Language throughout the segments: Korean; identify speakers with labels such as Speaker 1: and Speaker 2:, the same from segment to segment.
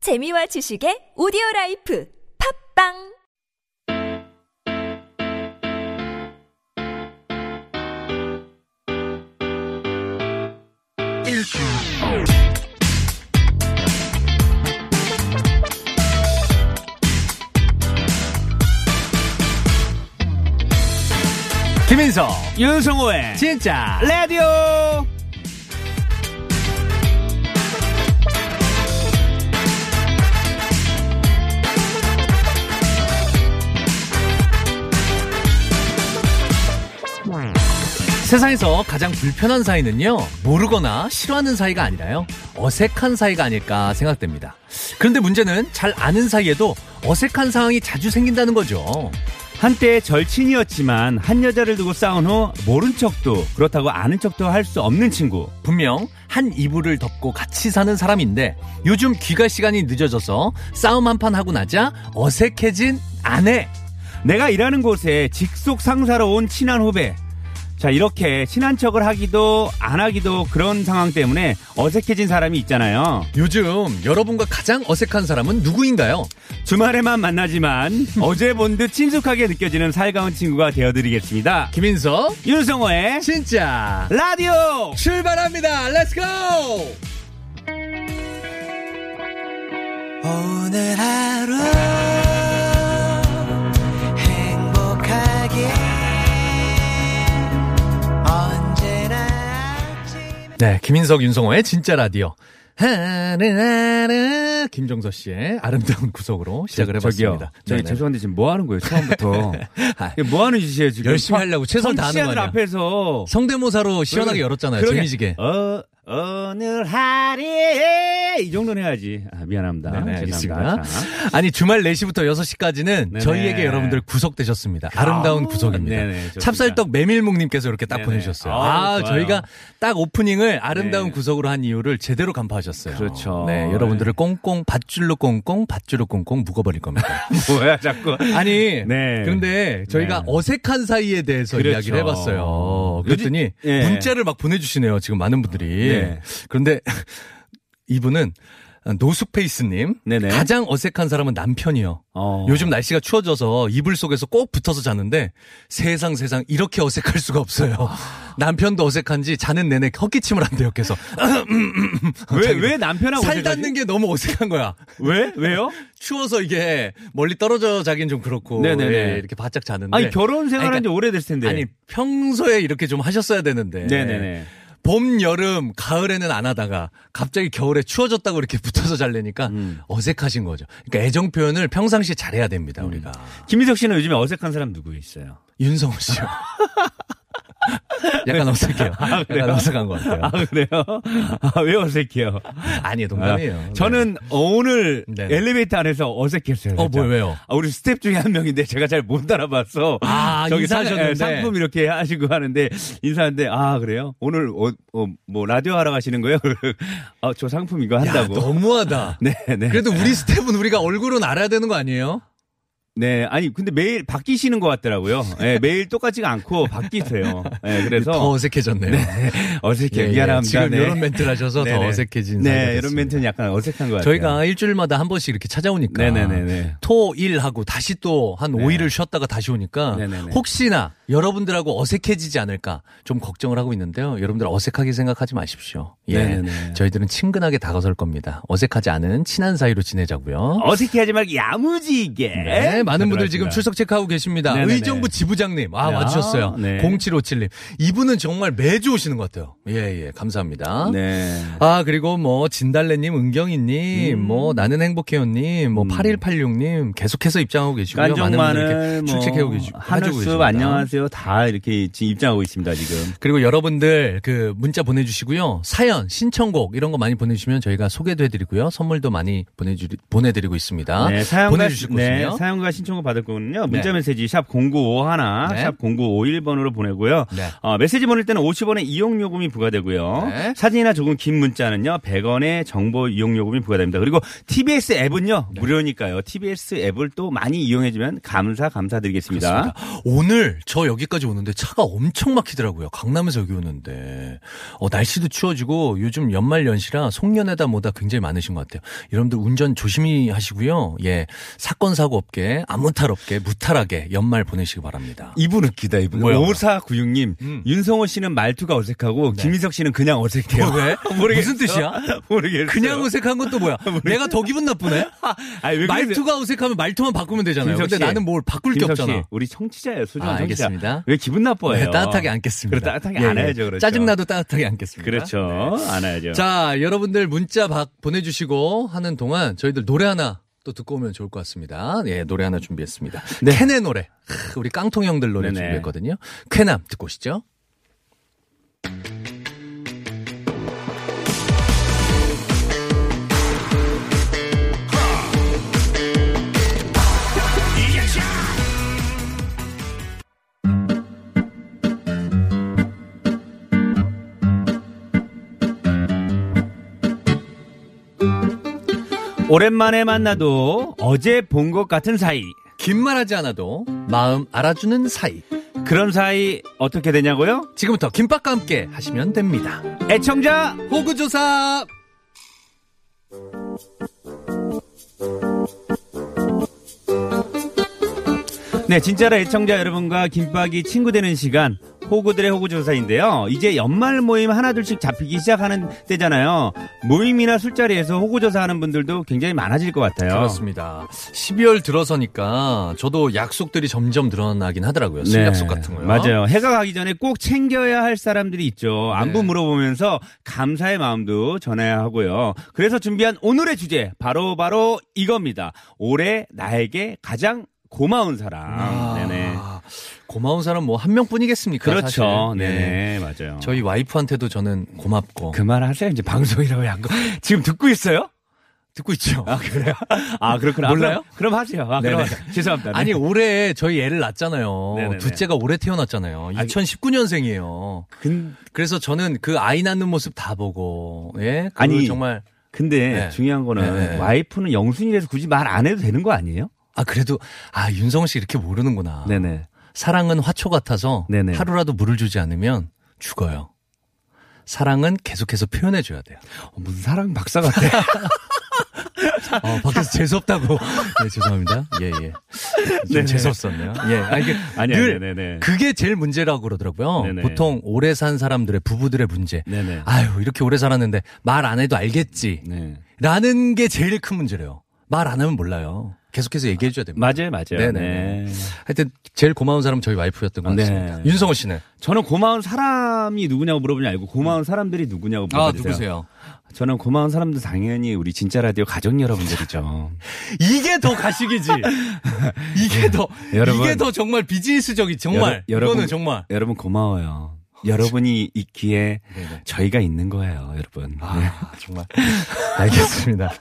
Speaker 1: 재미와 지식의 오디오 라이프 팝빵
Speaker 2: 김인석
Speaker 3: 윤성호의
Speaker 2: 진짜
Speaker 3: 라디오
Speaker 2: 세상에서 가장 불편한 사이는요 모르거나 싫어하는 사이가 아니라요 어색한 사이가 아닐까 생각됩니다 그런데 문제는 잘 아는 사이에도 어색한 상황이 자주 생긴다는 거죠
Speaker 3: 한때 절친이었지만 한 여자를 두고 싸운 후 모른 척도 그렇다고 아는 척도 할 수 없는 친구
Speaker 2: 분명 한 이불을 덮고 같이 사는 사람인데 요즘 귀가 시간이 늦어져서 싸움 한 판 하고 나자 어색해진 아내
Speaker 3: 내가 일하는 곳에 직속 상사로 온 친한 후배 자 이렇게 친한 척을 하기도 안 하기도 그런 상황 때문에 어색해진 사람이 있잖아요
Speaker 2: 요즘 여러분과 가장 어색한 사람은 누구인가요?
Speaker 3: 주말에만 만나지만 어제 본 듯 친숙하게 느껴지는 살가운 친구가 되어드리겠습니다
Speaker 2: 김인석
Speaker 3: 윤성호의
Speaker 2: 진짜
Speaker 3: 라디오
Speaker 2: 출발합니다. 렛츠고!
Speaker 4: 오늘 하루 행복하게 언제나 아침
Speaker 2: 네, 김인석, 윤성호의 진짜 라디오. 하르하르 김종서 씨의 아름다운 구속으로 시작을 해봤습니다.
Speaker 3: 저기요.
Speaker 2: 네네.
Speaker 3: 저기 죄송한데 지금 뭐 하는 거예요? 처음부터.
Speaker 2: 아,
Speaker 3: 이게 뭐 하는 짓이에요 지금?
Speaker 2: 열심히 하려고 최선을 다하는
Speaker 3: 청취자들
Speaker 2: 거 아니야.
Speaker 3: 앞에서
Speaker 2: 성대모사로 시원하게 열었잖아요.
Speaker 3: 그러게.
Speaker 2: 재미지게.
Speaker 3: 어 오늘 하루에 이 정도는 해야지. 아, 미안합니다.
Speaker 2: 네네,
Speaker 3: 죄송합니다.
Speaker 2: 알겠습니다.
Speaker 3: 자.
Speaker 2: 아니, 주말 4시부터 6시까지는
Speaker 3: 네네.
Speaker 2: 저희에게 여러분들 구속되셨습니다. 아름다운
Speaker 3: 아우,
Speaker 2: 구속입니다.
Speaker 3: 네네, 좋습니다.
Speaker 2: 찹쌀떡 메밀묵님께서 이렇게 딱
Speaker 3: 네네.
Speaker 2: 보내주셨어요.
Speaker 3: 아우,
Speaker 2: 아,
Speaker 3: 좋아요.
Speaker 2: 저희가 딱 오프닝을 아름다운
Speaker 3: 네.
Speaker 2: 구속으로 한 이유를 제대로 간파하셨어요.
Speaker 3: 그렇죠.
Speaker 2: 네, 여러분들을 꽁꽁, 밧줄로 꽁꽁, 밧줄로 꽁꽁 묶어버릴 겁니다.
Speaker 3: 뭐야 자꾸.
Speaker 2: 아니,
Speaker 3: 네.
Speaker 2: 그런데 저희가
Speaker 3: 네.
Speaker 2: 어색한 사이에 대해서
Speaker 3: 그렇죠.
Speaker 2: 이야기를 해봤어요. 그랬더니
Speaker 3: 요즘- 예.
Speaker 2: 문자를 막 보내주시네요. 지금 많은 분들이.
Speaker 3: 네.
Speaker 2: 그런데 이분은 노스페이스님
Speaker 3: 네네.
Speaker 2: 가장 어색한 사람은 남편이요.
Speaker 3: 어.
Speaker 2: 요즘 날씨가 추워져서 이불 속에서 꼭 붙어서 자는데 세상 세상 이렇게 어색할 수가 없어요.
Speaker 3: 아.
Speaker 2: 남편도 어색한지 자는 내내 헛기침을 한대요. 그래서
Speaker 3: 왜, 왜 남편하고
Speaker 2: 살
Speaker 3: 어색하지?
Speaker 2: 닿는 게 너무 어색한 거야.
Speaker 3: 왜 왜요?
Speaker 2: 추워서 이게 멀리 떨어져 자긴 좀 그렇고
Speaker 3: 네네네.
Speaker 2: 예, 이렇게 바짝 자는데
Speaker 3: 아니 결혼 생활한 지
Speaker 2: 아니, 그러니까-
Speaker 3: 오래됐을 텐데.
Speaker 2: 아니 평소에 이렇게 좀 하셨어야 되는데
Speaker 3: 네네네.
Speaker 2: 봄 여름 가을에는 안 하다가 갑자기 겨울에 추워졌다고 이렇게 붙어서 자려니까
Speaker 3: 음.
Speaker 2: 어색하신 거죠. 그러니까 애정 표현을 평상시에 잘해야 됩니다
Speaker 3: 음.
Speaker 2: 우리가
Speaker 3: 김희석 씨는 요즘에 어색한 사람 누구 있어요?
Speaker 2: 윤성호 씨요. 약간 어색해요.
Speaker 3: 아, 그래요?
Speaker 2: 약간 어색한 것
Speaker 3: 아
Speaker 2: 같아요.
Speaker 3: 그래요? 아, 왜 어색해요?
Speaker 2: 아니에요
Speaker 3: 아,
Speaker 2: 농담이에요.
Speaker 3: 저는 오늘
Speaker 2: 네.
Speaker 3: 엘리베이터 안에서 어색했어요.
Speaker 2: 어,
Speaker 3: 진짜.
Speaker 2: 뭐예요, 왜요?
Speaker 3: 아, 우리 스텝 중에 한 명인데 제가 잘 못 알아봤어.
Speaker 2: 아,
Speaker 3: 사-
Speaker 2: 인사하셨는데.
Speaker 3: 예, 상품 이렇게 하시고 하는데 인사하는데 아 그래요? 오늘 어, 어, 뭐 라디오 하러 가시는 거예요? 아, 저 상품 이거
Speaker 2: 야,
Speaker 3: 한다고.
Speaker 2: 너무하다.
Speaker 3: 네, 네.
Speaker 2: 그래도 우리 스텝은 우리가 얼굴은 알아야 되는 거 아니에요?
Speaker 3: 네, 아니 근데 매일 바뀌시는 것 같더라고요. 예, 매일 똑같지가 않고 바뀌세요. 예, 그래서
Speaker 2: 더 어색해졌네요.
Speaker 3: 어색해.
Speaker 2: 예, 예.
Speaker 3: 미안합니다.
Speaker 2: 지금
Speaker 3: 네.
Speaker 2: 이런 멘트를 하셔서 더
Speaker 3: 네네.
Speaker 2: 어색해진 사이가
Speaker 3: 네, 이런
Speaker 2: 됐습니다.
Speaker 3: 멘트는 약간 어색한 것 같아요.
Speaker 2: 저희가 일주일마다 한 번씩 이렇게 찾아오니까
Speaker 3: 네네네네.
Speaker 2: 토, 일 하고 다시 또 한
Speaker 3: 네.
Speaker 2: 오일을 쉬었다가 다시 오니까
Speaker 3: 네네네.
Speaker 2: 혹시나 여러분들하고 어색해지지 않을까 좀 걱정을 하고 있는데요. 여러분들 어색하게 생각하지 마십시오. 예.
Speaker 3: 네네네.
Speaker 2: 저희들은 친근하게 다가설 겁니다. 어색하지 않은 친한 사이로 지내자고요.
Speaker 3: 어색해하지 말고 야무지게.
Speaker 2: 네, 많은 분들
Speaker 3: 들어가겠습니다.
Speaker 2: 지금 출석 체크하고 계십니다.
Speaker 3: 네네네.
Speaker 2: 의정부 지부장님, 아,
Speaker 3: 네.
Speaker 2: 와주셨어요.
Speaker 3: 아, 네.
Speaker 2: 0757님. 이분은 정말 매주 오시는 것 같아요. 예, 예, 감사합니다.
Speaker 3: 네.
Speaker 2: 아, 그리고 뭐, 진달래님, 은경이님, 뭐,
Speaker 3: 음.
Speaker 2: 나는 행복해요님, 뭐, 8186님, 계속해서 입장하고 계시고요. 많은 분들
Speaker 3: 깐종마늘,
Speaker 2: 이렇게
Speaker 3: 뭐,
Speaker 2: 출첵하고 계시고. 해주고
Speaker 3: 하늘숲
Speaker 2: 계십니다.
Speaker 3: 안녕하세요. 다 이렇게 지금 입장하고 있습니다 지금.
Speaker 2: 그리고 여러분들 그 문자 보내주시고요. 사연, 신청곡 이런 거 많이 보내주시면 저희가 소개도 해드리고요. 선물도 많이 보내주, 보내드리고 있습니다.
Speaker 3: 네, 사연과
Speaker 2: 보내주실
Speaker 3: 네,
Speaker 2: 곳은요.
Speaker 3: 사연과 신청을 받을 거는요. 문자
Speaker 2: 네.
Speaker 3: 메시지 샵 0951,
Speaker 2: 네.
Speaker 3: 샵 0951번으로 보내고요.
Speaker 2: 네.
Speaker 3: 어, 메시지 보낼 때는 50원의 이용 요금이 부과되고요.
Speaker 2: 네.
Speaker 3: 사진이나 조금 긴 문자는요. 100원의 정보 이용 요금이 부과됩니다. 그리고 TBS 앱은요. 무료니까요. TBS 앱을 또 많이 이용해 주면 감사 감사드리겠습니다.
Speaker 2: 그렇습니다. 오늘 저 여기까지 오는데 차가 엄청 막히더라고요. 강남에서 여기 오는데. 어, 날씨도 추워지고 요즘 연말 연시라 송년회다 뭐다 굉장히 많으신 것 같아요. 여러분들 운전 조심히 하시고요. 예. 사건, 사고 없게, 아무 탈 없게, 무탈하게 연말 보내시기 바랍니다.
Speaker 3: 이분 웃기다 이분.
Speaker 2: 뭐야, 뭐야.
Speaker 3: 5496님
Speaker 2: 음.
Speaker 3: 윤성호 씨는 말투가 어색하고 김희석 씨는 그냥 어색해요.
Speaker 2: 뭐, 왜?
Speaker 3: 모르겠어요.
Speaker 2: 무슨 뜻이야?
Speaker 3: 모르겠어요.
Speaker 2: 그냥 어색한 건 또 뭐야? 내가 더 기분 나쁘네?
Speaker 3: 네. 아니, 왜 그러세요?
Speaker 2: 말투가 어색하면 말투만 바꾸면 되잖아요.
Speaker 3: 김석
Speaker 2: 근데
Speaker 3: 씨.
Speaker 2: 나는 뭘 바꿀 게
Speaker 3: 김석 씨,
Speaker 2: 없잖아.
Speaker 3: 우리 청취자예요. 소중한
Speaker 2: 아,
Speaker 3: 청취자.
Speaker 2: 알겠습니다.
Speaker 3: 왜 기분 나빠요?
Speaker 2: 네, 따뜻하게 안겠습니다.
Speaker 3: 그래, 따뜻하게
Speaker 2: 예,
Speaker 3: 안아야죠.
Speaker 2: 예.
Speaker 3: 그렇죠.
Speaker 2: 짜증나도 따뜻하게 안겠습니다.
Speaker 3: 그렇죠. 안아야죠.
Speaker 2: 자, 여러분들 문자 박 보내주시고 하는 동안 저희들 노래 하나 또 듣고 오면 좋을 것 같습니다. 예, 노래 하나 준비했습니다. 캔의 노래. 크, 우리 깡통 형들 노래
Speaker 3: 네. 네네.
Speaker 2: 준비했거든요. 쾌남 듣고 오시죠.
Speaker 3: 오랜만에 만나도 어제 본 것 같은 사이.
Speaker 2: 긴 말하지 않아도 마음 알아주는 사이.
Speaker 3: 그런 사이 어떻게 되냐고요?
Speaker 2: 지금부터 김밥과 함께 하시면 됩니다.
Speaker 3: 애청자
Speaker 2: 호구조사!
Speaker 3: 네, 진짜로 애청자 여러분과 김밥이 친구 되는 시간 호구들의 호구조사인데요. 이제 연말 모임 하나둘씩 잡히기 시작하는 때잖아요. 모임이나 술자리에서 호구조사하는 분들도 굉장히 많아질 것 같아요.
Speaker 2: 그렇습니다. 12월 들어서니까 저도 약속들이 점점 늘어나긴 하더라고요. 술 약속 같은 거요.
Speaker 3: 네. 맞아요. 해가 가기 전에 꼭 챙겨야 할 사람들이 있죠. 안부
Speaker 2: 네.
Speaker 3: 물어보면서 감사의 마음도 전해야 하고요. 그래서 준비한 오늘의 주제 바로 바로 이겁니다. 올해 나에게 가장 고마운 사람.
Speaker 2: 아,
Speaker 3: 네네.
Speaker 2: 고마운 사람 뭐 한 명뿐이겠습니까? 예.
Speaker 3: 그렇죠.
Speaker 2: 사실.
Speaker 3: 네네. 맞아요.
Speaker 2: 저희 와이프한테도 저는 고맙고
Speaker 3: 그 말 하세요. 이제 방송이라고 한 거. 지금 듣고 있어요?
Speaker 2: 듣고 있죠.
Speaker 3: 아, 그래요? 아, 그렇구나. 아,
Speaker 2: 몰라요?
Speaker 3: 그럼, 그럼 하세요. 아, 그럼
Speaker 2: 네네.
Speaker 3: 하세요. 죄송합니다. 네.
Speaker 2: 아니 올해 저희 애를 낳았잖아요.
Speaker 3: 네네네.
Speaker 2: 둘째가 올해 태어났잖아요. 2019년생이에요.
Speaker 3: 근,
Speaker 2: 그래서 저는 그 아이 낳는 모습 다 보고 예, 그
Speaker 3: 아니.
Speaker 2: 정말
Speaker 3: 근데
Speaker 2: 네.
Speaker 3: 중요한 거는
Speaker 2: 네네.
Speaker 3: 와이프는 영순이라서 굳이 말 안 해도 되는 거 아니에요?
Speaker 2: 아 그래도 아 윤성 씨 이렇게 모르는구나.
Speaker 3: 네네.
Speaker 2: 사랑은 화초 같아서
Speaker 3: 네네.
Speaker 2: 하루라도 물을 주지 않으면 죽어요. 사랑은 계속해서 표현해 줘야 돼요.
Speaker 3: 어, 무슨 사랑 박사 같아.
Speaker 2: 어, 밖에서 재수없다고. 네, 죄송합니다. 예, 예. 좀
Speaker 3: 네네.
Speaker 2: 재수없었네요. 예. 아, 이게
Speaker 3: 아니,
Speaker 2: 늘
Speaker 3: 아니, 네네.
Speaker 2: 그게 제일 문제라고 그러더라고요.
Speaker 3: 네네.
Speaker 2: 보통 오래 산 사람들의 부부들의 문제.
Speaker 3: 네네.
Speaker 2: 아유, 이렇게 오래 살았는데 말 안 해도 알겠지.
Speaker 3: 네.
Speaker 2: 라는 게 제일 큰 문제래요. 말 안 하면 몰라요. 계속해서 얘기해 줘야 됩니다.
Speaker 3: 맞아요, 맞아요.
Speaker 2: 네네.
Speaker 3: 네.
Speaker 2: 하여튼 제일 고마운 사람은 저희 와이프였던 것
Speaker 3: 네.
Speaker 2: 같습니다. 윤성호 씨는
Speaker 3: 저는 고마운 사람이 누구냐고 물어보지 않고 고마운 사람들이 누구냐고 물어보세요.
Speaker 2: 아, 누구세요?
Speaker 3: 저는 고마운 사람들 당연히 우리 진짜 라디오 가족 여러분들이죠.
Speaker 2: 이게 더 가식이지. 이게 더
Speaker 3: 네. 여러분.
Speaker 2: 이게 더 정말 비즈니스적이 정말
Speaker 3: 여러- 여러분-
Speaker 2: 이거는 정말
Speaker 3: 여러분 고마워요. 여러분이 있기에
Speaker 2: 네네.
Speaker 3: 저희가 있는 거예요, 여러분. 네.
Speaker 2: 아, 정말. 알겠습니다.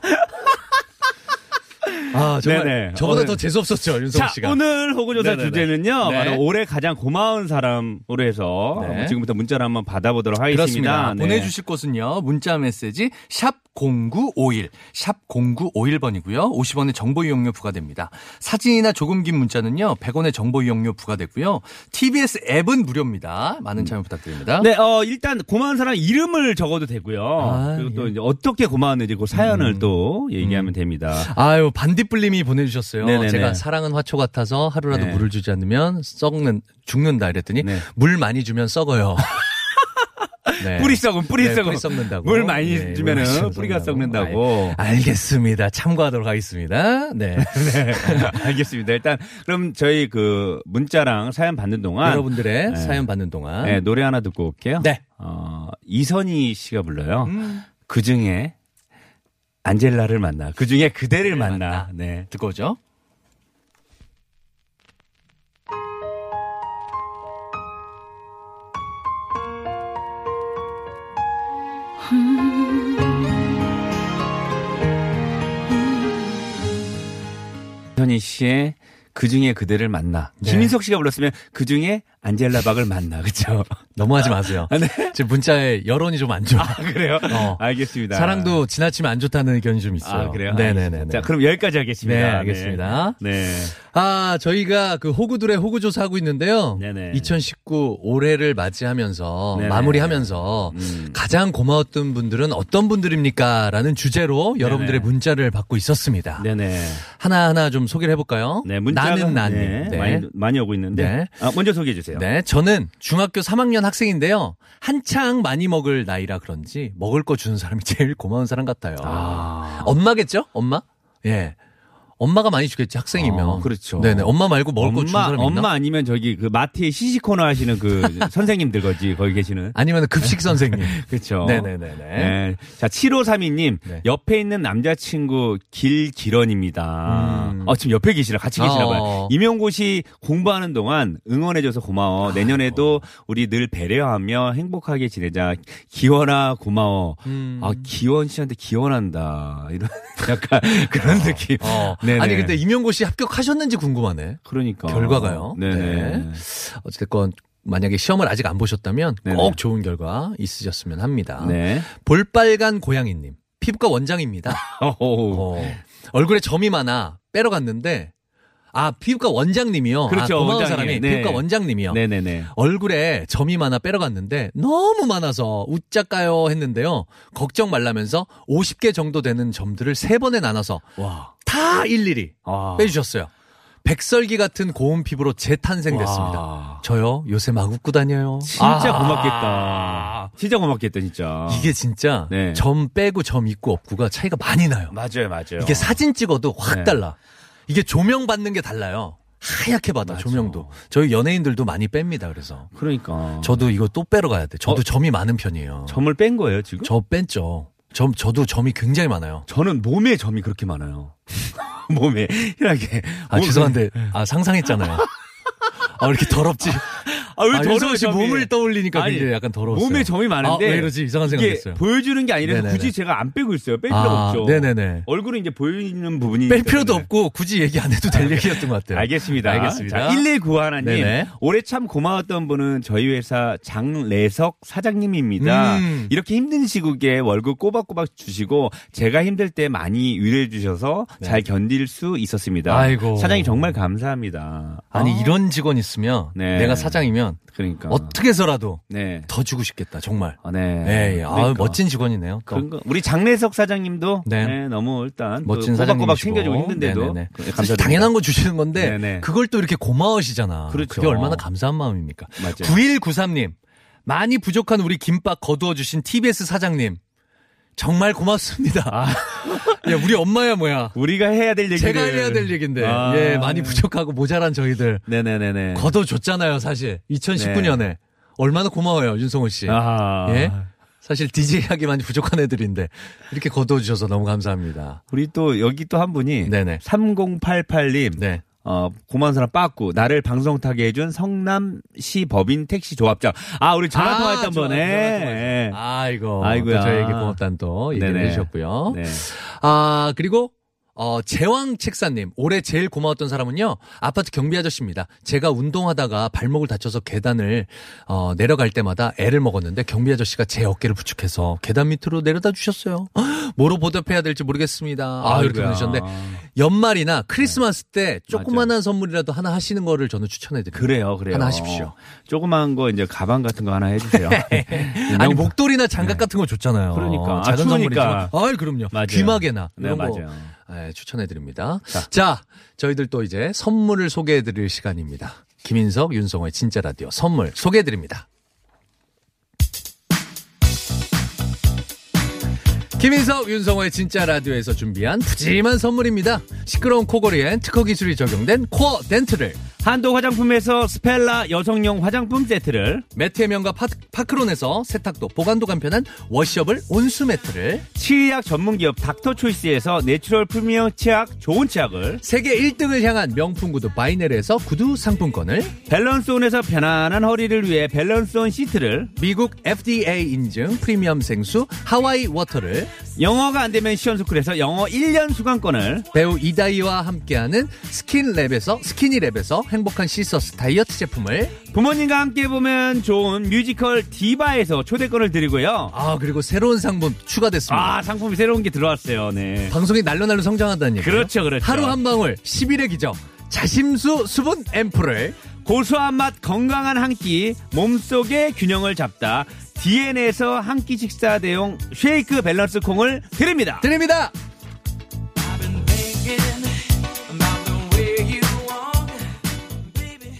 Speaker 2: 아, 정말.
Speaker 3: 네네.
Speaker 2: 저보다
Speaker 3: 오늘-
Speaker 2: 더 재수없었죠, 윤성
Speaker 3: 자,
Speaker 2: 씨가.
Speaker 3: 오늘 호구조사
Speaker 2: 네네네.
Speaker 3: 주제는요.
Speaker 2: 네.
Speaker 3: 바로 올해 가장 고마운 사람으로 해서
Speaker 2: 네.
Speaker 3: 한번 지금부터 문자를 한번 받아보도록
Speaker 2: 그렇습니다. 네.
Speaker 3: 하겠습니다. 네.
Speaker 2: 보내주실 곳은요. 문자 메시지 샵 0951, 샵 0951번이고요. 50원의 정보 이용료 부과됩니다. 사진이나 조금 긴 문자는요. 100원의 정보 이용료 부과되고요. TBS 앱은 무료입니다. 많은 참여 부탁드립니다.
Speaker 3: 네, 어, 일단 고마운 사람 이름을 적어도 되고요.
Speaker 2: 아, 음.
Speaker 3: 그리고 또 이제 어떻게 고마웠는지 그 사연을 또 얘기하면 됩니다.
Speaker 2: 아유 반딧불님이 보내주셨어요.
Speaker 3: 네네네.
Speaker 2: 제가 사랑은 화초 같아서 하루라도
Speaker 3: 네.
Speaker 2: 물을 주지 않으면 썩는 죽는다 이랬더니
Speaker 3: 네.
Speaker 2: 물 많이 주면 썩어요. 네.
Speaker 3: 뿌리 썩은 뿌리
Speaker 2: 네,
Speaker 3: 썩은
Speaker 2: 뿌리 썩는다고.
Speaker 3: 물 많이
Speaker 2: 네, 물
Speaker 3: 주면은
Speaker 2: 많이
Speaker 3: 뿌리가
Speaker 2: 썩는다고. 아,
Speaker 3: 썩는다고.
Speaker 2: 알겠습니다. 참고하도록 하겠습니다. 네. 예.
Speaker 3: 알겠습니다. 일단 그럼 저희 그 문자랑 사연 받는 동안
Speaker 2: 여러분들의
Speaker 3: 네.
Speaker 2: 사연 받는 동안
Speaker 3: 네, 노래 하나 듣고 올게요.
Speaker 2: 네. 음.
Speaker 3: 어, 이선희 씨가 불러요. 그 중에 안젤라를 만나. 그 중에 그대를 만나. 네.
Speaker 2: 듣고 오죠.
Speaker 3: 이선희 씨의 그 중에 그대를 만나.
Speaker 2: 네.
Speaker 3: 김인석 씨가 불렀으면 그 중에 안젤라 박을 만나. 그렇죠?
Speaker 2: 넘어가지 마세요.
Speaker 3: 네.
Speaker 2: 지금 문자에 여론이 좀 안 좋아.
Speaker 3: 그래요?
Speaker 2: 어.
Speaker 3: 알겠습니다.
Speaker 2: 사랑도 지나치면 안 좋다는 의견이 좀 있어요.
Speaker 3: 네. 아, 그래요?
Speaker 2: 네네네.
Speaker 3: 자, 그럼 여기까지 하겠습니다.
Speaker 2: 네, 알겠습니다.
Speaker 3: 네.
Speaker 2: 아, 저희가 그 호구들의 호구 조사하고 있는데요.
Speaker 3: 네네.
Speaker 2: 2019 올해를 맞이하면서
Speaker 3: 네네. 음.
Speaker 2: 마무리하면서 가장 고마웠던 분들은 어떤 분들입니까? 라는 주제로 여러분들의 문자를 받고 있었습니다.
Speaker 3: 네. 네네.
Speaker 2: 하나하나 좀 소개를 해볼까요?
Speaker 3: 네, 문자가
Speaker 2: 나는 나님.
Speaker 3: 네,
Speaker 2: 네.
Speaker 3: 많이, 많이 오고 있는데.
Speaker 2: 네.
Speaker 3: 아, 먼저 소개해 주세요.
Speaker 2: 네, 저는 중학교 3학년 학생인데요. 한창 많이 먹을 나이라 그런지 먹을 거 주는 사람이 제일 고마운 사람 같아요.
Speaker 3: 아.
Speaker 2: 엄마겠죠? 엄마? 예. 엄마가 많이 주겠지 학생이면.
Speaker 3: 어, 그렇죠.
Speaker 2: 네네. 엄마 말고 먹을 거 주는
Speaker 3: 엄마,
Speaker 2: 사람 있나?
Speaker 3: 엄마 아니면 저기 그 마트에 시식 코너 하시는 그 선생님들 거지, 거기 계시는.
Speaker 2: 아니면 급식
Speaker 3: 네.
Speaker 2: 선생님. 어.
Speaker 3: 그렇죠.
Speaker 2: 네네네네.
Speaker 3: 네. 자, 7532님.
Speaker 2: 네.
Speaker 3: 옆에 있는 남자친구 길기런입니다.
Speaker 2: 음.
Speaker 3: 어, 지금 옆에 계시라, 같이 계시나 봐요.
Speaker 2: 어.
Speaker 3: 임용고시 공부하는 동안 응원해줘서 고마워. 내년에도 우리 늘 배려하며 행복하게 지내자. 기원아, 고마워.
Speaker 2: 음.
Speaker 3: 아, 기원 씨한테 기원한다. 이런, 약간 그런 느낌.
Speaker 2: 어.
Speaker 3: 네네.
Speaker 2: 아니 근데 임용고시 합격하셨는지 궁금하네.
Speaker 3: 그러니까.
Speaker 2: 결과가요?
Speaker 3: 네네.
Speaker 2: 네. 어쨌건 만약에 시험을 아직 안 보셨다면
Speaker 3: 네네.
Speaker 2: 꼭 좋은 결과 있으셨으면 합니다.
Speaker 3: 네.
Speaker 2: 볼빨간 고양이님 피부과 원장입니다.
Speaker 3: 어허.
Speaker 2: 어. 얼굴에 점이 많아 빼러 갔는데 아 피부과 원장님이요.
Speaker 3: 그렇죠,
Speaker 2: 아, 고마운
Speaker 3: 원장이에요.
Speaker 2: 사람이
Speaker 3: 네.
Speaker 2: 피부과 원장님이요.
Speaker 3: 네네네.
Speaker 2: 얼굴에 점이 많아 빼러 갔는데 너무 많아서 웃자까요 했는데요. 걱정 말라면서 50개 정도 되는 점들을 세 번에 나눠서
Speaker 3: 와.
Speaker 2: 다 일일이
Speaker 3: 아.
Speaker 2: 빼주셨어요. 백설기 같은 고운 피부로 재탄생됐습니다.
Speaker 3: 와.
Speaker 2: 저요 요새 막 웃고 다녀요.
Speaker 3: 진짜
Speaker 2: 아.
Speaker 3: 고맙겠다. 진짜 고맙겠다, 진짜.
Speaker 2: 이게 진짜
Speaker 3: 네.
Speaker 2: 점 빼고 점 있고 없고가 차이가 많이 나요.
Speaker 3: 맞아요, 맞아요.
Speaker 2: 이게 사진 찍어도 확
Speaker 3: 네.
Speaker 2: 달라. 이게 조명 받는 게 달라요. 하얗게 받아
Speaker 3: 맞아.
Speaker 2: 조명도. 저희 연예인들도 많이 뺍니다. 그래서
Speaker 3: 그러니까.
Speaker 2: 저도 이거 또 빼러 가야 돼. 저도
Speaker 3: 어?
Speaker 2: 점이 많은 편이에요.
Speaker 3: 점을 뺀 거예요, 지금?
Speaker 2: 저 뺐죠. 점 저도 점이 굉장히 많아요.
Speaker 3: 저는 몸에 점이 그렇게 많아요. 몸에 희한하게.
Speaker 2: 아
Speaker 3: 몸에.
Speaker 2: 죄송한데 아 상상했잖아요. 아, 왜 이렇게 더럽지?
Speaker 3: 아, 왜
Speaker 2: 아,
Speaker 3: 더러워요,
Speaker 2: 윤성호 씨
Speaker 3: 점이?
Speaker 2: 몸을 떠올리니까 그러니까
Speaker 3: 아니,
Speaker 2: 굉장히 약간 더러웠어요.
Speaker 3: 몸에 점이 많은데
Speaker 2: 아, 왜 이러지? 이상한 생각
Speaker 3: 이게
Speaker 2: 했어요.
Speaker 3: 보여주는 게 아니라
Speaker 2: 네네네.
Speaker 3: 굳이 제가 안 빼고 있어요. 뺄 필요 가
Speaker 2: 아,
Speaker 3: 없죠.
Speaker 2: 네네네.
Speaker 3: 얼굴은 이제 보이는 부분이
Speaker 2: 뺄 필요도 없고 굳이 얘기 안 해도 될 얘기였던 것 같아요.
Speaker 3: 알겠습니다.
Speaker 2: 네. 알겠습니다.
Speaker 3: 1191님.
Speaker 2: 네네.
Speaker 3: 올해 참 고마웠던 분은 저희 회사 장래석 사장님입니다.
Speaker 2: 음.
Speaker 3: 이렇게 힘든 시국에 월급 꼬박꼬박 주시고 제가 힘들 때 많이 위로해 주셔서
Speaker 2: 네.
Speaker 3: 잘 견딜 수 있었습니다.
Speaker 2: 아이고.
Speaker 3: 사장님 정말 감사합니다.
Speaker 2: 아니
Speaker 3: 아,
Speaker 2: 이런 직원 있으면
Speaker 3: 네.
Speaker 2: 내가 사장이면
Speaker 3: 그러니까
Speaker 2: 어떻게서라도
Speaker 3: 네.
Speaker 2: 더 주고 싶겠다 정말.
Speaker 3: 아, 네.
Speaker 2: 예, 예. 아
Speaker 3: 그러니까.
Speaker 2: 멋진 직원이네요. 또.
Speaker 3: 그런 거. 우리 장래석 사장님도
Speaker 2: 네.
Speaker 3: 네, 너무 일단 또
Speaker 2: 멋진
Speaker 3: 꼬박꼬박
Speaker 2: 사장님이시고
Speaker 3: 챙겨주고 힘든데도
Speaker 2: 네네네.
Speaker 3: 네,
Speaker 2: 사실
Speaker 3: 감사드립니다.
Speaker 2: 당연한 거 주시는 건데
Speaker 3: 네네.
Speaker 2: 그걸 또 이렇게 고마워시잖아.
Speaker 3: 그렇죠.
Speaker 2: 게 얼마나 감사한 마음입니까?
Speaker 3: 맞아요.
Speaker 2: 9193님 많이 부족한 우리 김밥 거두어 주신 TBS 사장님 정말 고맙습니다. 야 우리 엄마야 뭐야.
Speaker 3: 우리가 해야 될 아. 얘기를
Speaker 2: 제가 해야 될 얘긴데
Speaker 3: 아.
Speaker 2: 예 많이 부족하고 모자란 저희들
Speaker 3: 네네네네. 네.
Speaker 2: 거둬줬잖아요 사실 2019년에 얼마나 고마워요 윤성호 씨.
Speaker 3: 아.
Speaker 2: 예? 사실 DJ 하기 많이 부족한 애들인데 이렇게 거둬주셔서 너무 감사합니다.
Speaker 3: 우리 또 여기 또 한 분이
Speaker 2: 네네.
Speaker 3: 3088님
Speaker 2: 네.
Speaker 3: 어, 고마운 사람 빠꾸 나를 방송 타게 해준 성남시 법인 택시 조합장 아 우리 전화 통화했던
Speaker 2: 좋아,
Speaker 3: 번에 예.
Speaker 2: 전화 통화했어요. 아이고.
Speaker 3: 아이고야.
Speaker 2: 아이고야. 저에게 고맙다는 또 얘기를
Speaker 3: 네네.
Speaker 2: 해주셨고요.
Speaker 3: 네.
Speaker 2: 아, 그리고, 어, 제왕 책사님. 올해 제일 고마웠던 사람은요, 아파트 경비 아저씨입니다. 제가 운동하다가 발목을 다쳐서 계단을, 어, 내려갈 때마다 애를 먹었는데 경비 아저씨가 제 어깨를 부축해서 계단 밑으로 내려다 주셨어요. 뭐로 보답해야 될지 모르겠습니다. 아, 이렇게
Speaker 3: 아이고야. 네.
Speaker 2: 보내셨는데, 연말이나 크리스마스 때 조그만한 선물이라도 하나 하시는 거를 저는 추천해드립니다.
Speaker 3: 그래요 그래요
Speaker 2: 하나 하십시오. 네.
Speaker 3: 조그만 거 이제 가방 같은 거 하나 해주세요
Speaker 2: 아니 뭐 목도리나 장갑 같은 거 줬잖아요.
Speaker 3: 네. 그러니까. 아,
Speaker 2: 작은 선물이지만.
Speaker 3: 추우니까.
Speaker 2: 아, 그럼요.
Speaker 3: 맞아요.
Speaker 2: 귀마개나
Speaker 3: 네
Speaker 2: 이런 거 예,
Speaker 3: 맞아요
Speaker 2: 추천해 드립니다. 자. 저희들 또 이제 선물을 소개해 드릴 시간입니다. 김인석, 윤성호의 진짜 라디오 선물 소개해 드립니다. 김인석, 윤성호의 진짜 라디오에서 준비한 푸짐한 선물입니다. 시끄러운 코골이엔 특허 기술이 적용된 코어 덴트를
Speaker 3: 한도 화장품에서 스펠라 여성용 화장품 세트를
Speaker 2: 매트의 명가 파, 파크론에서 세탁도 보관도 간편한 워셔블 온수 매트를
Speaker 3: 치약 전문 기업 닥터 초이스에서 내추럴 프리미엄 치약 좋은 치약을
Speaker 2: 세계 1등을 향한 명품 구두 바이넬에서 구두 상품권을
Speaker 3: 밸런스온에서 편안한 허리를 위해 밸런스온 시트를
Speaker 2: 미국 FDA 인증 프리미엄 생수 하와이 워터를
Speaker 3: 영어가 안 되면 시원스쿨에서 영어 1년 수강권을
Speaker 2: 배우 이다희와 함께하는 스킨랩에서 스키니랩에서 행복한 시서스 다이어트 제품을
Speaker 3: 부모님과 함께 보면 좋은 뮤지컬 디바에서 초대권을 드리고요.
Speaker 2: 아 그리고 새로운 상품 추가됐습니다.
Speaker 3: 아, 상품이 새로운 게 들어왔어요. 네.
Speaker 2: 방송이 날로 날로 성장한다는 얘기.
Speaker 3: 그렇죠, 그렇죠.
Speaker 2: 하루 한 방울 11의 기적 자심수 수분 앰플을
Speaker 3: 고소한 맛 건강한 한 끼 몸속의 균형을 잡다 DN에서 한 끼 식사 대용 쉐이크 밸런스 콩을 드립니다.
Speaker 2: 드립니다.
Speaker 4: I've been thinking about the way you walk, baby.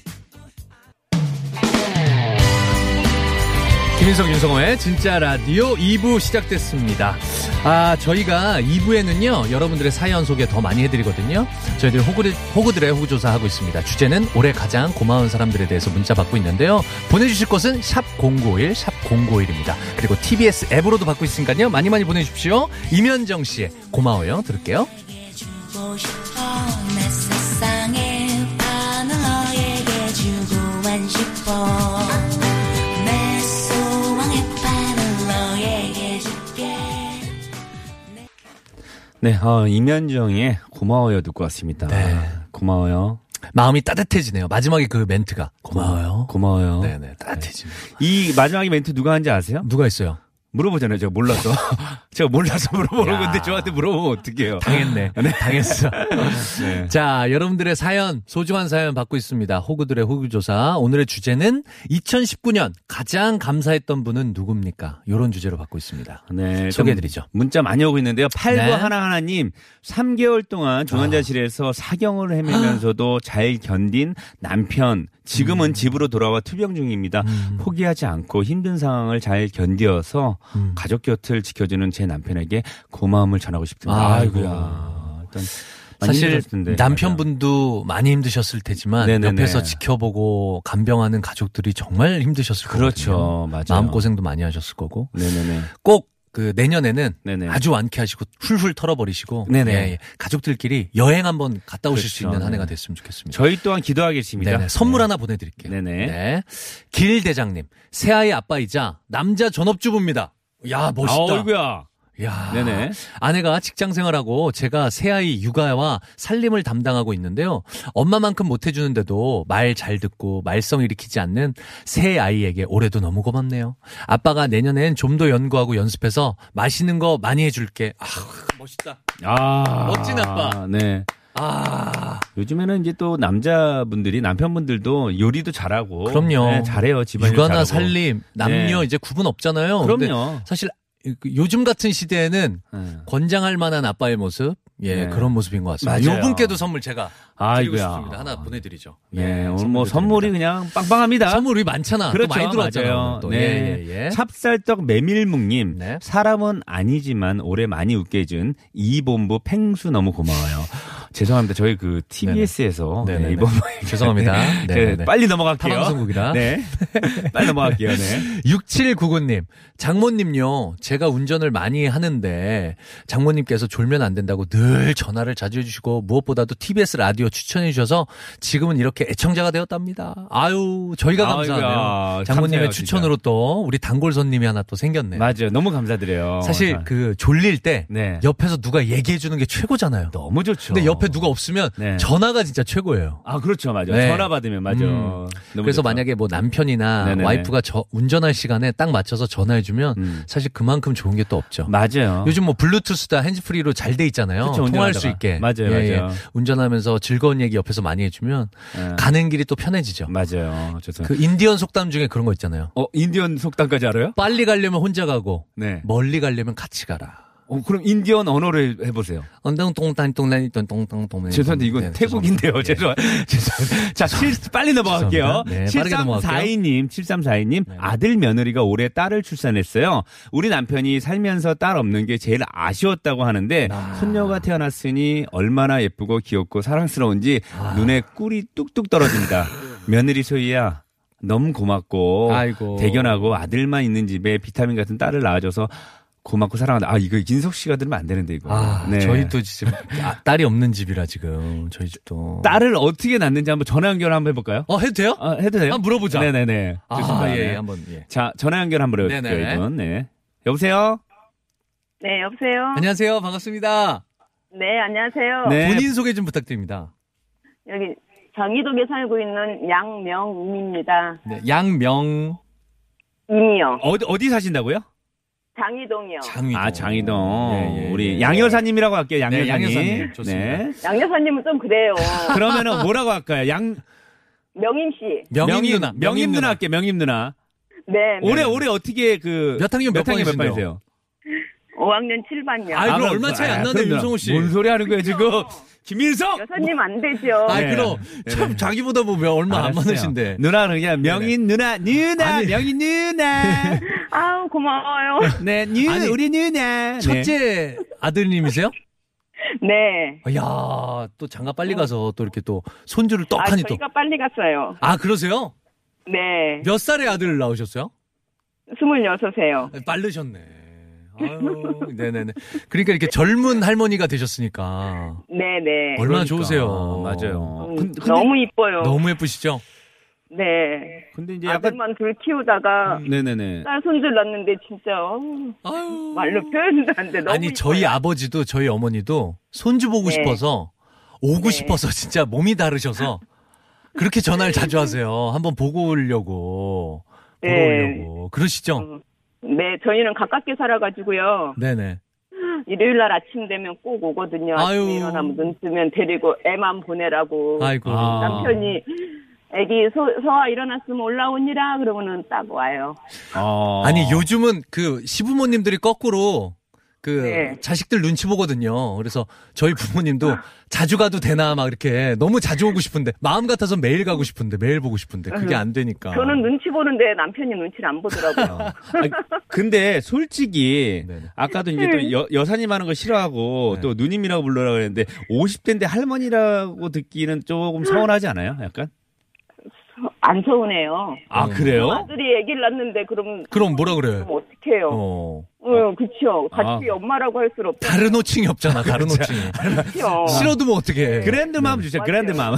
Speaker 2: 김인석 윤성호의 진짜 라디오 2부 시작됐습니다. 아 저희가 2부에는요 여러분들의 사연 소개 더 많이 해드리거든요. 저희들 호구들, 호구들의 호구조사 하고 있습니다. 주제는 올해 가장 고마운 사람들에 대해서 문자 받고 있는데요. 보내주실 곳은 샵 #051 샵 #051입니다. 그리고 TBS 앱으로도 받고 있으니까요 많이 많이 보내주십시오. 이면정 씨의 고마워요 들을게요.
Speaker 5: 내게 주고 싶어 내 세상의 반을 너에게 주고만 싶어 내 소망의 반을 너에게 줄게
Speaker 3: 네, 어, 이면정의 고마워요 듣고 왔습니다.
Speaker 2: 네.
Speaker 3: 고마워요.
Speaker 2: 마음이 따뜻해지네요. 마지막에 그 멘트가 고마워요.
Speaker 3: 고마워요.
Speaker 2: 네네 따뜻해지네.
Speaker 3: 이 마지막에 멘트 누가 한지 아세요?
Speaker 2: 어? 누가 있어요?
Speaker 3: 물어보잖아요. 제가 몰라서. 제가 몰라서 물어보는
Speaker 2: 야.
Speaker 3: 건데 저한테 물어보면 어떡해요.
Speaker 2: 당했네. 당했어.
Speaker 3: 네.
Speaker 2: 자, 여러분들의 사연, 소중한 사연 받고 있습니다. 호구들의 호구조사. 오늘의 주제는 2019년 가장 감사했던 분은 누굽니까? 요런 주제로 받고 있습니다.
Speaker 3: 네,
Speaker 2: 소개해드리죠.
Speaker 3: 좀 문자 많이 오고 있는데요. 8구
Speaker 2: 네.
Speaker 3: 하나하나님, 3개월 동안 중환자실에서
Speaker 2: 아.
Speaker 3: 사경을 헤매면서도 잘 견딘 남편, 지금은
Speaker 2: 음.
Speaker 3: 집으로 돌아와 투병 중입니다. 포기하지 않고 힘든 상황을 잘 견디어서
Speaker 2: 음.
Speaker 3: 가족 곁을 지켜주는 제 남편에게 고마움을 전하고 싶습니다.
Speaker 2: 아이고야.
Speaker 3: 일단 많이
Speaker 2: 사실
Speaker 3: 힘드셨을 텐데.
Speaker 2: 남편분도 많이 힘드셨을 테지만
Speaker 3: 네네네.
Speaker 2: 옆에서 지켜보고 간병하는 가족들이 정말 힘드셨을 거예요.
Speaker 3: 그렇죠. 맞아요.
Speaker 2: 마음 고생도 많이 하셨을 거고
Speaker 3: 네네네.
Speaker 2: 꼭 그 내년에는
Speaker 3: 네네.
Speaker 2: 아주 완쾌하시고 훌훌 털어버리시고
Speaker 3: 네네.
Speaker 2: 예, 예. 가족들끼리 여행 한번 갔다 오실 수
Speaker 3: 그렇죠.
Speaker 2: 있는 한 해가
Speaker 3: 네.
Speaker 2: 됐으면 좋겠습니다.
Speaker 3: 저희 또한 기도하겠습니다.
Speaker 2: 네네, 선물
Speaker 3: 네.
Speaker 2: 하나 보내드릴게요.
Speaker 3: 네네.
Speaker 2: 네. 길 대장님, 새아이 아빠이자 남자 전업주부입니다. 야, 멋있다.
Speaker 3: 네. 아이고야.
Speaker 2: 야.
Speaker 3: 네네.
Speaker 2: 아내가 직장 생활하고 제가 새아이 육아와 살림을 담당하고 있는데요. 엄마만큼 못해주는데도 말 잘 듣고 말썽 일으키지 않는 새아이에게 올해도 너무 고맙네요. 아빠가 내년엔 좀 더 연구하고 연습해서 맛있는 거 많이 해줄게. 아, 멋있다.
Speaker 3: 아.
Speaker 2: 멋진 아빠.
Speaker 3: 네.
Speaker 2: 아.
Speaker 3: 요즘에는 이제 또 남자분들이 남편분들도 요리도 잘하고
Speaker 2: 그럼요.
Speaker 3: 네, 잘해요 집안
Speaker 2: 육아나 살림, 남녀
Speaker 3: 네.
Speaker 2: 이제 구분 없잖아요. 근데
Speaker 3: 그럼요.
Speaker 2: 사실 그 요즘 같은 시대에는
Speaker 3: 네.
Speaker 2: 권장할 만한 아빠의 모습, 예
Speaker 3: 네.
Speaker 2: 그런 모습인 것 같습니다.
Speaker 3: 맞아요.
Speaker 2: 요분께도 선물 제가 드리고
Speaker 3: 아이고야.
Speaker 2: 싶습니다. 하나 보내드리죠.
Speaker 3: 예,
Speaker 2: 예,
Speaker 3: 오늘 뭐
Speaker 2: 선물
Speaker 3: 선물이
Speaker 2: 드립니다.
Speaker 3: 그냥 빵빵합니다.
Speaker 2: 선물이 많잖아. 또
Speaker 3: 그렇죠,
Speaker 2: 많이 들어왔잖아요.
Speaker 3: 맞아요.
Speaker 2: 오늘 또.
Speaker 3: 네.
Speaker 2: 예, 예, 예.
Speaker 3: 찹쌀떡 메밀묵님,
Speaker 2: 네.
Speaker 3: 사람은 아니지만 올해 많이 웃게 해준 이본부 팽수 너무 고마워요. 죄송합니다. 저희 그 TBS에서
Speaker 2: 네네네.
Speaker 3: 이본부
Speaker 2: 죄송합니다. 네네네.
Speaker 3: 빨리 넘어갈게요.
Speaker 2: 타방송국이라.
Speaker 3: 네, 빨리 넘어갈게요. 네.
Speaker 2: 6799님, 장모님요, 제가 운전을 많이 하는데, 장모님께서 졸면 안 된다고 늘 전화를 자주 해주시고, 무엇보다도 TBS 라디오 추천해주셔서, 지금은 이렇게 애청자가 되었답니다. 아유, 저희가
Speaker 3: 아이고야,
Speaker 2: 감사하네요. 장모님의
Speaker 3: 감사해요,
Speaker 2: 추천으로 또, 우리 단골 손님이 하나 또 생겼네. 요
Speaker 3: 맞아요. 너무 감사드려요.
Speaker 2: 사실 그 졸릴 때,
Speaker 3: 네.
Speaker 2: 옆에서 누가 얘기해주는 게 최고잖아요.
Speaker 3: 너무 좋죠.
Speaker 2: 근데 옆에 누가 없으면,
Speaker 3: 네.
Speaker 2: 전화가 진짜 최고예요.
Speaker 3: 아 그렇죠 맞아 요
Speaker 2: 네.
Speaker 3: 전화 받으면 맞아
Speaker 2: 음.
Speaker 3: 요
Speaker 2: 그래서 만약에 뭐 남편이나
Speaker 3: 네네네.
Speaker 2: 와이프가 저 운전할 시간에 딱 맞춰서 전화해주면
Speaker 3: 음.
Speaker 2: 사실 그만큼 좋은 게 또 없죠.
Speaker 3: 맞아요
Speaker 2: 요즘 뭐 블루투스다 핸즈프리로 잘 돼 있잖아요.
Speaker 3: 그쵸,
Speaker 2: 통화할
Speaker 3: 운전하다가.
Speaker 2: 수 있게. 예,
Speaker 3: 맞아요, 맞아요.
Speaker 2: 운전하면서 즐거운 얘기 옆에서 많이 해주면
Speaker 3: 예. 음.
Speaker 2: 가는 길이 또 편해지죠.
Speaker 3: 맞아요 죄송
Speaker 2: 그 인디언 속담 중에 그런 거 있잖아요.
Speaker 3: 어 인디언 속담까지 알아요
Speaker 2: 빨리 가려면 혼자 가고
Speaker 3: 네
Speaker 2: 멀리 가려면 같이 가라.
Speaker 3: 어, 그럼 인디언 언어를 해보세요
Speaker 2: 언덩똥땅똥땅똥땅똥 네,
Speaker 3: 죄송한데 이건 태국인데요 죄송 죄송 자 실, 빨리 넘어갈게요
Speaker 2: 죄송합니다. 네, 빠르게 넘어갈게요. 네.
Speaker 3: 7342님 7342님 아들 며느리가 올해 딸을 출산했어요 우리 남편이 살면서 딸 없는 게 제일 아쉬웠다고 하는데 손녀가 태어났으니 얼마나 예쁘고 귀엽고 사랑스러운지
Speaker 2: 아.
Speaker 3: 눈에 꿀이 뚝뚝 떨어진다 며느리 소희야 너무 고맙고
Speaker 2: 아이고.
Speaker 3: 대견하고 아들만 있는 집에 비타민 같은 딸을 낳아줘서 고맙고 사랑한다. 아 이거 인석 씨가 들으면 안 되는데 이거.
Speaker 2: 아,
Speaker 3: 네.
Speaker 2: 저희도 지금 아, 딸이 없는 집이라 지금 저희 집도
Speaker 3: 딸을 어떻게 낳는지 한번 전화 연결 한번 해볼까요?
Speaker 2: 어 해도 돼요?
Speaker 3: 아, 해도 돼요?
Speaker 2: 한번 물어보자.
Speaker 3: 네네네. 그
Speaker 2: 아,
Speaker 3: 좋습니다.
Speaker 2: 예,
Speaker 3: 네.
Speaker 2: 한번 예.
Speaker 3: 자, 전화 연결 한번 해볼게요,
Speaker 2: 네네.
Speaker 3: 이분. 네. 여보세요?
Speaker 6: 네, 여보세요?
Speaker 2: 안녕하세요. 반갑습니다.
Speaker 6: 네, 안녕하세요.
Speaker 3: 네.
Speaker 2: 본인 소개 좀 부탁드립니다.
Speaker 6: 여기 경기도에 살고 있는 양명임입니다.
Speaker 2: 네, 양명
Speaker 6: 임이요.
Speaker 3: 어디 어디 사신다고요?
Speaker 6: 장이동이요.
Speaker 2: 장위동.
Speaker 3: 아 장이동
Speaker 2: 예, 예,
Speaker 3: 우리
Speaker 2: 예.
Speaker 3: 양 여사님이라고 할게요. 양
Speaker 2: 네,
Speaker 3: 여사님.
Speaker 2: 양 여사님, 좋습니다.
Speaker 3: 네.
Speaker 6: 양 여사님은 좀 그래요.
Speaker 3: 그러면은 뭐라고 할까요? 양
Speaker 6: 명임 씨.
Speaker 2: 명임, 누나.
Speaker 3: 명임 누나 할게. 명임 누나.
Speaker 6: 네.
Speaker 3: 올해 올해 어떻게 그
Speaker 2: 몇 학년 몇
Speaker 3: 학년
Speaker 2: 번이신데요?
Speaker 3: 반이세요?
Speaker 6: 5학년 7반이요.
Speaker 2: 아이, 그럼
Speaker 3: 그럼-
Speaker 2: 얼마 차이 안
Speaker 3: 아,
Speaker 2: 나네,
Speaker 3: 그럼 누나.
Speaker 2: 윤성호 씨.
Speaker 3: 뭔 소리 하는 거예요 지금? 김일성.
Speaker 6: 여사님 안 되죠.
Speaker 2: 아,
Speaker 3: 네.
Speaker 2: 그럼 참 자기보다 보면 얼마 안
Speaker 3: 알았어요. 네.
Speaker 2: 많으신데.
Speaker 3: 누나는 그냥 명인 누나 누나
Speaker 2: 아니.
Speaker 3: 명인 누나
Speaker 6: 아우, 고마워요.
Speaker 3: 네 누,
Speaker 2: 아니,
Speaker 3: 우리 누나 네.
Speaker 2: 첫째 아드님이세요? 아,
Speaker 6: 네.
Speaker 2: 이야, 또 장가 빨리 가서 또 이렇게 또 손주를
Speaker 6: 아,
Speaker 2: 떡하니 어, 또.
Speaker 6: 저희가 빨리 갔어요.
Speaker 2: 아, 그러세요?
Speaker 6: 네.
Speaker 2: 몇 살에 아들을 낳으셨어요?
Speaker 6: 26세요.
Speaker 2: 빠르셨네. 아유, 네네네. 그러니까 이렇게 젊은 할머니가 되셨으니까.
Speaker 6: 네, 네.
Speaker 2: 얼마나
Speaker 3: 그러니까.
Speaker 2: 좋으세요.
Speaker 3: 맞아요.
Speaker 6: 음,
Speaker 3: 어, 근- 근데-
Speaker 6: 너무 이뻐요.
Speaker 2: 너무 예쁘시죠?
Speaker 6: 네.
Speaker 3: 근데 이제 약간
Speaker 6: 아들만 아. 둘 키우다가
Speaker 3: 네네네.
Speaker 6: 딸 손질 났는데 진짜 어우,
Speaker 2: 아유.
Speaker 6: 말로 표현도 안 돼. 너무
Speaker 2: 아니, 저희
Speaker 6: 이뻐요.
Speaker 2: 아버지도 저희 어머니도 손주 보고
Speaker 6: 네.
Speaker 2: 싶어서, 오고
Speaker 6: 네.
Speaker 2: 싶어서 진짜 몸이 다르셔서 그렇게
Speaker 6: 네.
Speaker 2: 전화를 자주 하세요. 한번 보고 오려고. 보러
Speaker 6: 네.
Speaker 2: 오려고. 그러시죠?
Speaker 6: 네, 저희는 가깝게 살아가지고요.
Speaker 2: 네네.
Speaker 6: 일요일 날 아침 되면 꼭 오거든요. 아침에
Speaker 2: 아유.
Speaker 6: 일어나면 눈 뜨면 데리고 애만 보내라고.
Speaker 2: 아이고.
Speaker 3: 아.
Speaker 6: 남편이 애기 소, 소아 일어났으면 올라오니라 그러고는 딱 와요.
Speaker 3: 어.
Speaker 2: 아니 요즘은 그 시부모님들이 거꾸로 그
Speaker 6: 네.
Speaker 2: 자식들 눈치 보거든요. 그래서 저희 부모님도
Speaker 6: 아.
Speaker 2: 자주 가도 되나 막 이렇게 너무 자주 오고 싶은데 마음 같아서 매일 가고 싶은데 매일 보고 싶은데 그게 안 되니까.
Speaker 6: 아. 저는 눈치 보는데 남편이 눈치를 안 보더라고요.
Speaker 3: 아니, 근데 솔직히
Speaker 2: 네네.
Speaker 3: 아까도 이제 또 여, 여사님 하는 거 싫어하고 또 누님이라고 불러라 그랬는데 50대인데 할머니라고 듣기는 조금 서운하지 않아요? 약간?
Speaker 6: 안 서운해요.
Speaker 3: 아 그래요?
Speaker 6: 아들이 네. 애기를 낳는데 그럼
Speaker 2: 그럼 뭐라 그래?
Speaker 6: 그럼 어떡해요?
Speaker 2: 어
Speaker 6: 응, 그쵸. 같이
Speaker 3: 아.
Speaker 6: 엄마라고 할 수는 없죠.
Speaker 2: 다른 호칭이 없잖아. 다른 호칭이
Speaker 6: 그쵸.
Speaker 2: 싫어도 뭐 어떻게?
Speaker 3: 네. 그랜드 맘
Speaker 6: 네.
Speaker 3: 주세요. 그랜드 맘.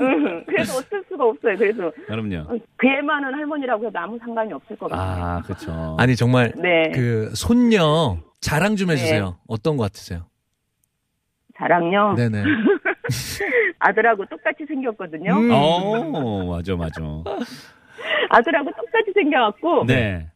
Speaker 6: 응, 그래서 어쩔 수가 없어요. 그래서
Speaker 3: 그럼요.
Speaker 6: 그 애만은 할머니라고 해도 아무 상관이 없을 것 같아요.
Speaker 3: 아 그렇죠.
Speaker 2: 아니 정말
Speaker 6: 네.
Speaker 2: 그 손녀 자랑 좀 해주세요. 어떤 거 같으세요?
Speaker 6: 자랑요.
Speaker 2: 네네.
Speaker 6: 아들하고 똑같이 생겼거든요.
Speaker 2: 음.
Speaker 3: 어 맞아 맞아.
Speaker 6: 아들하고 똑같이 생겨갖고
Speaker 3: 네.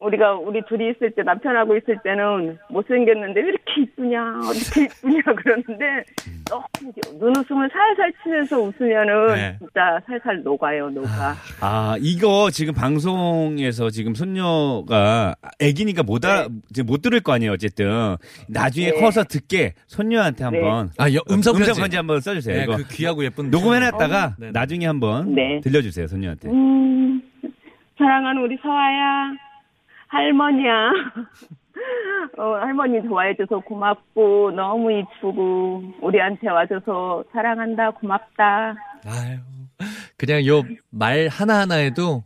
Speaker 6: 우리가 우리 둘이 있을 때 남편하고 있을 때는 못생겼는데 왜 이렇게 이쁘냐 이렇게 이쁘냐 그러는데 너무 이렇게 눈웃음을 살살 치면서 웃으면은
Speaker 2: 네.
Speaker 6: 진짜 살살 녹아요 녹아.
Speaker 3: 아 이거 지금 방송에서 지금 손녀가 애기니까 못 알아 이제 못 들을 거 아니에요 어쨌든 나중에
Speaker 6: 네.
Speaker 3: 커서 듣게 손녀한테 한번
Speaker 2: 아 여- 음성 편지.
Speaker 3: 음성 편지 한번 써주세요.
Speaker 2: 네,
Speaker 3: 이거
Speaker 2: 그 귀하고 예쁜
Speaker 3: 녹음해놨다가
Speaker 2: 네, 네.
Speaker 3: 나중에 한번
Speaker 6: 네.
Speaker 3: 들려주세요 손녀한테.
Speaker 6: 음, 사랑하는 우리 서아야, 할머니야. 어, 할머니 좋아해줘서 고맙고, 너무 이쁘고, 우리한테 와줘서 사랑한다, 고맙다.
Speaker 2: 아유, 그냥 요 말 하나하나에도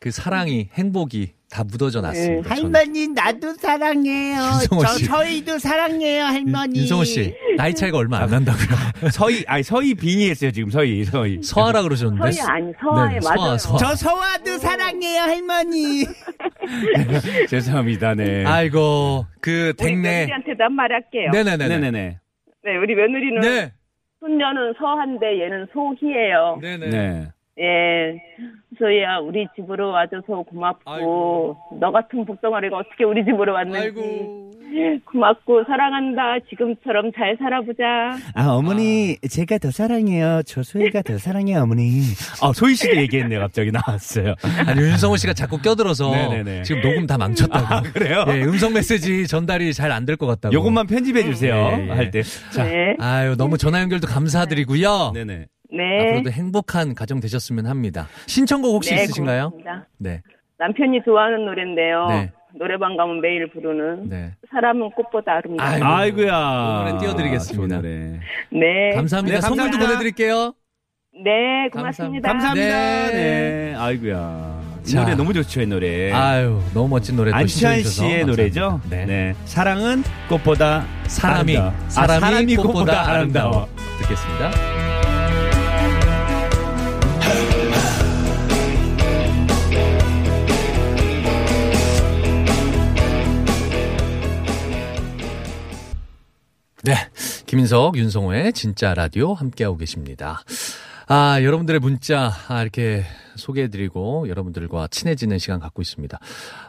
Speaker 2: 그 사랑이, 행복이 다 묻어져
Speaker 6: 네.
Speaker 2: 났습니다. 저는.
Speaker 7: 나도 사랑해요.
Speaker 2: 윤성호 씨.
Speaker 7: 저희도 사랑해요, 할머니.
Speaker 2: 윤성호 씨, 나이 차이가
Speaker 3: 아,
Speaker 2: 얼마 안 난다고요.
Speaker 3: 서희 아니 서희 빈이 했어요 지금 서희 서희.
Speaker 2: 서하라 그러셨는데.
Speaker 6: 서희 아니, 서아에
Speaker 2: 네,
Speaker 6: 맞아요.
Speaker 2: 서아, 서아.
Speaker 7: 저 서화도 사랑해요, 할머니.
Speaker 3: 죄송합니다. 네.
Speaker 2: 아이고, 그
Speaker 6: 우리
Speaker 2: 댕네.
Speaker 6: 며느리한테도 한 말 할게요. 네.
Speaker 2: 네네네. 네네.
Speaker 3: 네네네.
Speaker 6: 우리 며느리는
Speaker 2: 네.
Speaker 6: 손녀는 서한데 얘는 소희예요.
Speaker 2: 네네.
Speaker 3: 네.
Speaker 6: 예. 소희야, 우리 집으로 와줘서 고맙고,
Speaker 2: 아이고.
Speaker 6: 너 같은 복덩어리가 어떻게 우리 집으로 왔는지.
Speaker 2: 아이고.
Speaker 6: 네. 고맙고, 사랑한다. 지금처럼 잘 살아보자.
Speaker 7: 아, 어머니, 제가 더 사랑해요. 저 소희가 더 사랑해요, 어머니.
Speaker 3: 아 소희 씨도 얘기했네요 갑자기 나왔어요.
Speaker 2: 아니, 윤성호 씨가 자꾸 껴들어서
Speaker 3: 네네네.
Speaker 2: 지금 녹음 다 망쳤다고.
Speaker 3: 아 그래요?
Speaker 2: 예, 음성 메시지 전달이 잘 안 될 것 같다고.
Speaker 3: 요것만 편집해 주세요
Speaker 2: 예, 예.
Speaker 3: 할 때. 자.
Speaker 6: 네.
Speaker 2: 아유, 너무 전화 연결도 감사드리고요.
Speaker 3: 네네.
Speaker 6: 네.
Speaker 2: 앞으로도 행복한 가정 되셨으면 합니다. 신청곡 혹시
Speaker 6: 네,
Speaker 2: 있으신가요?
Speaker 6: 고맙습니다.
Speaker 2: 네.
Speaker 6: 남편이 좋아하는 노래인데요.
Speaker 2: 네.
Speaker 6: 노래방 가면 매일 부르는
Speaker 2: 네.
Speaker 6: 사람은 꽃보다 아름다워.
Speaker 2: 아유.
Speaker 3: 아이고야.
Speaker 2: 오늘은 띄워드리겠습니다.
Speaker 3: 좋은 노래.
Speaker 6: 네.
Speaker 2: 감사합니다.
Speaker 3: 네,
Speaker 2: 선물도
Speaker 3: 감사합니다.
Speaker 2: 보내드릴게요.
Speaker 6: 네, 고맙습니다.
Speaker 3: 감사합니다.
Speaker 2: 네.
Speaker 3: 네. 아이고야. 이
Speaker 2: 자.
Speaker 3: 노래 너무 좋죠, 이 노래.
Speaker 2: 아유, 너무 멋진 노래. 또
Speaker 3: 네. 안치환
Speaker 2: 신청해주셔서
Speaker 3: 씨의
Speaker 2: 감사합니다.
Speaker 3: 노래죠.
Speaker 2: 네.
Speaker 3: 사랑은 꽃보다
Speaker 2: 사람이,
Speaker 3: 아름다워. 아,
Speaker 2: 사람이,
Speaker 3: 사람이
Speaker 2: 꽃보다, 아름다워.
Speaker 3: 아름다워.
Speaker 2: 듣겠습니다. 네. 김인석, 윤성호의 진짜 라디오 함께하고 계십니다. 아, 여러분들의 문자, 아, 이렇게 소개해드리고 여러분들과 친해지는 시간 갖고 있습니다.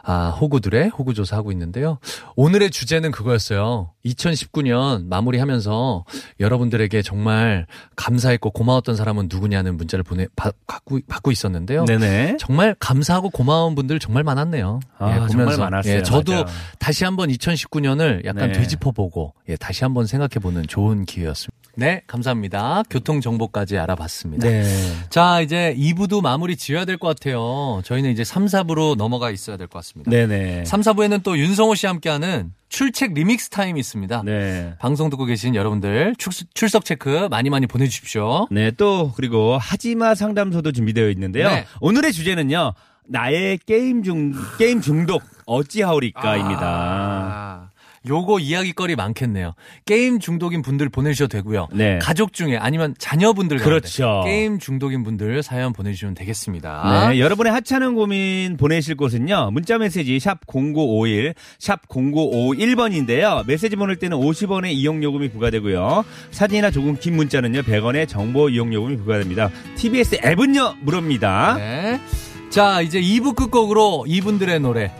Speaker 2: 아, 호구들의 호구조사 하고 있는데요. 오늘의 주제는 그거였어요. 2019년 마무리하면서 여러분들에게 정말 감사했고 고마웠던 사람은 누구냐는 문자를 보내, 받, 갖고, 받고 있었는데요.
Speaker 3: 네네.
Speaker 2: 정말 감사하고 고마운 분들 정말 많았네요.
Speaker 3: 아, 정말 많았어요.
Speaker 2: 예, 저도
Speaker 3: 맞아요.
Speaker 2: 다시 한번 2019년을 약간
Speaker 3: 네.
Speaker 2: 되짚어보고 예, 다시 한번 생각해보는 좋은 기회였습니다. 네, 감사합니다. 교통 정보까지 알아봤습니다.
Speaker 3: 네.
Speaker 2: 자, 이제 2부도 마무리 지어야 될 것 같아요. 저희는 이제 3, 4부로 넘어가 있어야 될 것 같습니다.
Speaker 3: 네네.
Speaker 2: 3, 4부에는 또 윤성호 씨와 함께하는 출첵 리믹스 타임이 있습니다.
Speaker 3: 네.
Speaker 2: 방송 듣고 계신 여러분들 출석, 출석 체크 많이 많이 보내주십시오.
Speaker 3: 네, 또 그리고 하지마 상담소도 준비되어 있는데요.
Speaker 2: 네.
Speaker 3: 오늘의 주제는요. 나의 게임 중 게임 중독 어찌하오리까입니다.
Speaker 2: 아, 요거 이야기거리 많겠네요. 게임 중독인 분들 보내주셔도 되고요.
Speaker 3: 네.
Speaker 2: 가족 중에 아니면 자녀분들 가운데
Speaker 3: 그렇죠.
Speaker 2: 게임 중독인 분들 사연 보내주시면 되겠습니다.
Speaker 3: 네, 여러분의 하찮은 고민 보내실 곳은요. 문자 메시지 샵 0951, 샵 0951번인데요. 메시지 보낼 때는 50원의 이용 요금이 부과되고요. 사진이나 조금 긴 문자는요. 100원의 정보 이용 요금이 부과됩니다. TBS 앱은요. 무료입니다.
Speaker 2: 네. 자, 이제 2부 끝곡으로 이분들의 노래.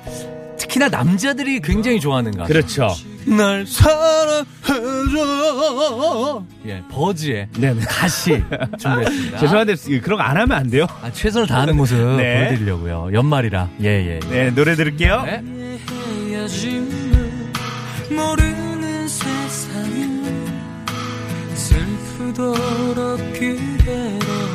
Speaker 2: 특히나 남자들이 굉장히 좋아하는 가수.
Speaker 3: 그렇죠.
Speaker 2: 날 사랑해줘. 예, 버즈의
Speaker 3: 네네.
Speaker 2: 다시
Speaker 3: 아.
Speaker 2: 준비했습니다.
Speaker 3: 죄송한데 그런 거 안 하면 안 돼요.
Speaker 2: 아, 최선을 다하는 모습
Speaker 3: 네.
Speaker 2: 보여드리려고요. 연말이라. 예, 예. 예.
Speaker 3: 네, 노래 들을게요.
Speaker 2: 네.
Speaker 4: 헤어짐을 모르는 세상이 슬프도록 그대로